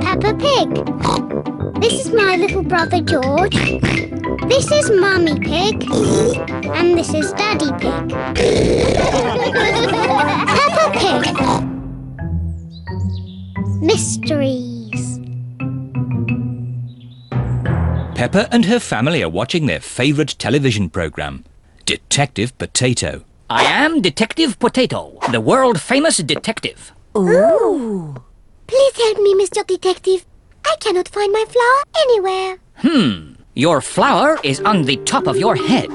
Pig. This is my little brother George. This is Mummy Pig. And this is Daddy Pig. Peppa Pig. Mysteries. Pepper and her family are watching their favourite television programme, Detective Potato. I am Detective Potato, the world famous detective. Ooh. Please help me, Mr. Detective. I cannot find my flower anywhere. Hmm, your flower is on the top of your head.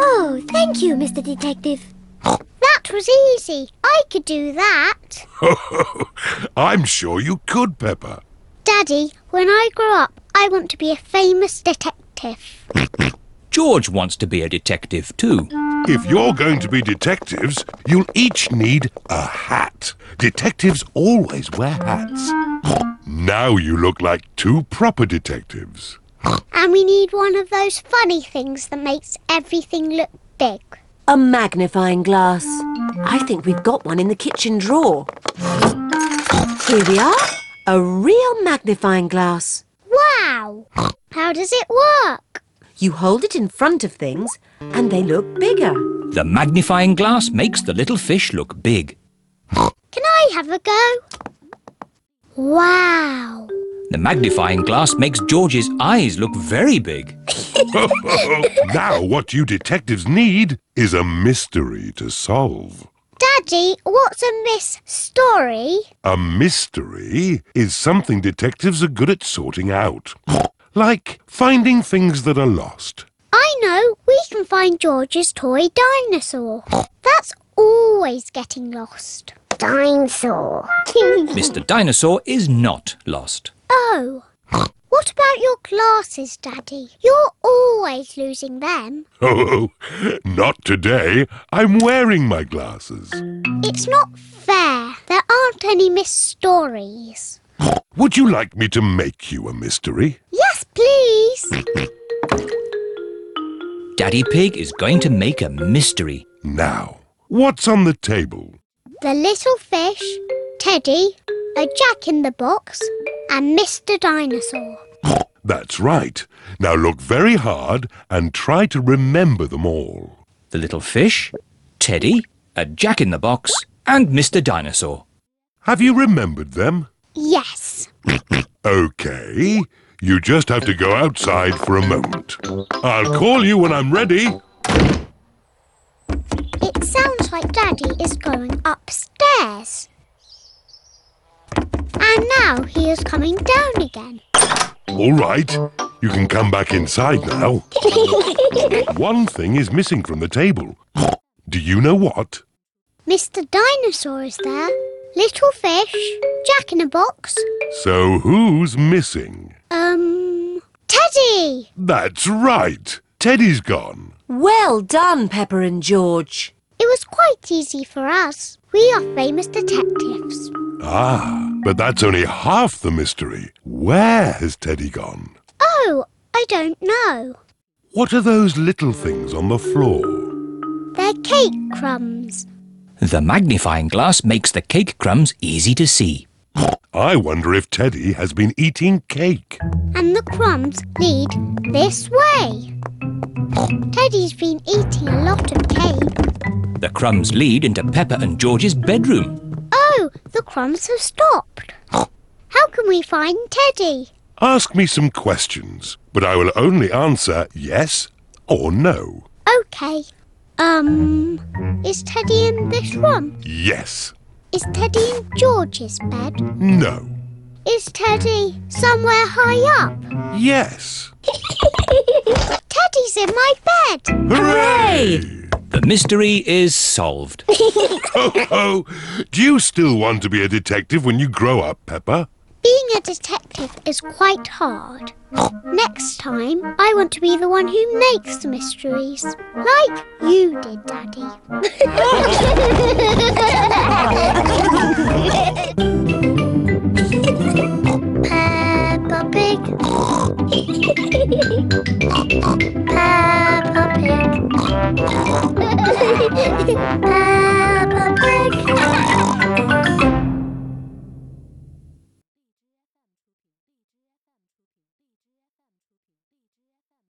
Oh, thank you, Mr. Detective. That was easy. I could do that. I'm sure you could, Pepper. Daddy, when I grow up, I want to be a famous detective. George wants to be a detective too. If you're going to be detectives, you'll each need a hat. Detectives always wear hats. Now you look like two proper detectives. And we need one of those funny things that makes everything look big. A magnifying glass. I think we've got one in the kitchen drawer. Here we are. A real magnifying glass. Wow! How does it work? You hold it in front of things and they look bigger. The magnifying glass makes the little fish look big. Can I have a go? Wow! The magnifying glass makes George's eyes look very big. now what you detectives need is a mystery to solve. Daddy, what's a miss story? A mystery is something detectives are good at sorting out. like finding things that are lost. I know, we can find George's toy dinosaur. That's always getting lost. Dinosaur. Mr. Dinosaur is not lost. Oh. What about your glasses, Daddy? You're always losing them. Oh, not today. I'm wearing my glasses. It's not fair. There aren't any missed stories. Would you like me to make you a mystery? Yes, please. Daddy Pig is going to make a mystery. Now, what's on the table? The little fish, Teddy, a jack in the box, and Mr. Dinosaur. That's right. Now look very hard and try to remember them all. The little fish, Teddy, a jack in the box, and Mr. Dinosaur. Have you remembered them? Yes. Okay. You just have to go outside for a moment. I'll call you when I'm ready. It sounds like Daddy is going upstairs. And now he is coming down again. All right. You can come back inside now. One thing is missing from the table. Do you know what? Mr. Dinosaur is there, Little Fish, Jack in a Box. So who's missing? Um, Teddy! That's right. Teddy's gone. Well done, Pepper and George. It was quite easy for us. We are famous detectives. Ah, but that's only half the mystery. Where has Teddy gone? Oh, I don't know. What are those little things on the floor? They're cake crumbs. The magnifying glass makes the cake crumbs easy to see. I wonder if Teddy has been eating cake. And the crumbs lead this way. Teddy's been eating a lot of cake. The crumbs lead into Pepper and George's bedroom. Oh, the crumbs have stopped. How can we find Teddy? Ask me some questions, but I will only answer yes or no. Okay. Um, is Teddy in this room? Yes. Is Teddy in George's bed? No. Is Teddy somewhere high up? Yes. Teddy's in my bed. Hooray! The mystery is solved. Ho ho! Do you still want to be a detective when you grow up, Pepper? Being a detective is quite hard. Next time, I want to be the one who makes the mysteries, like you did, Daddy.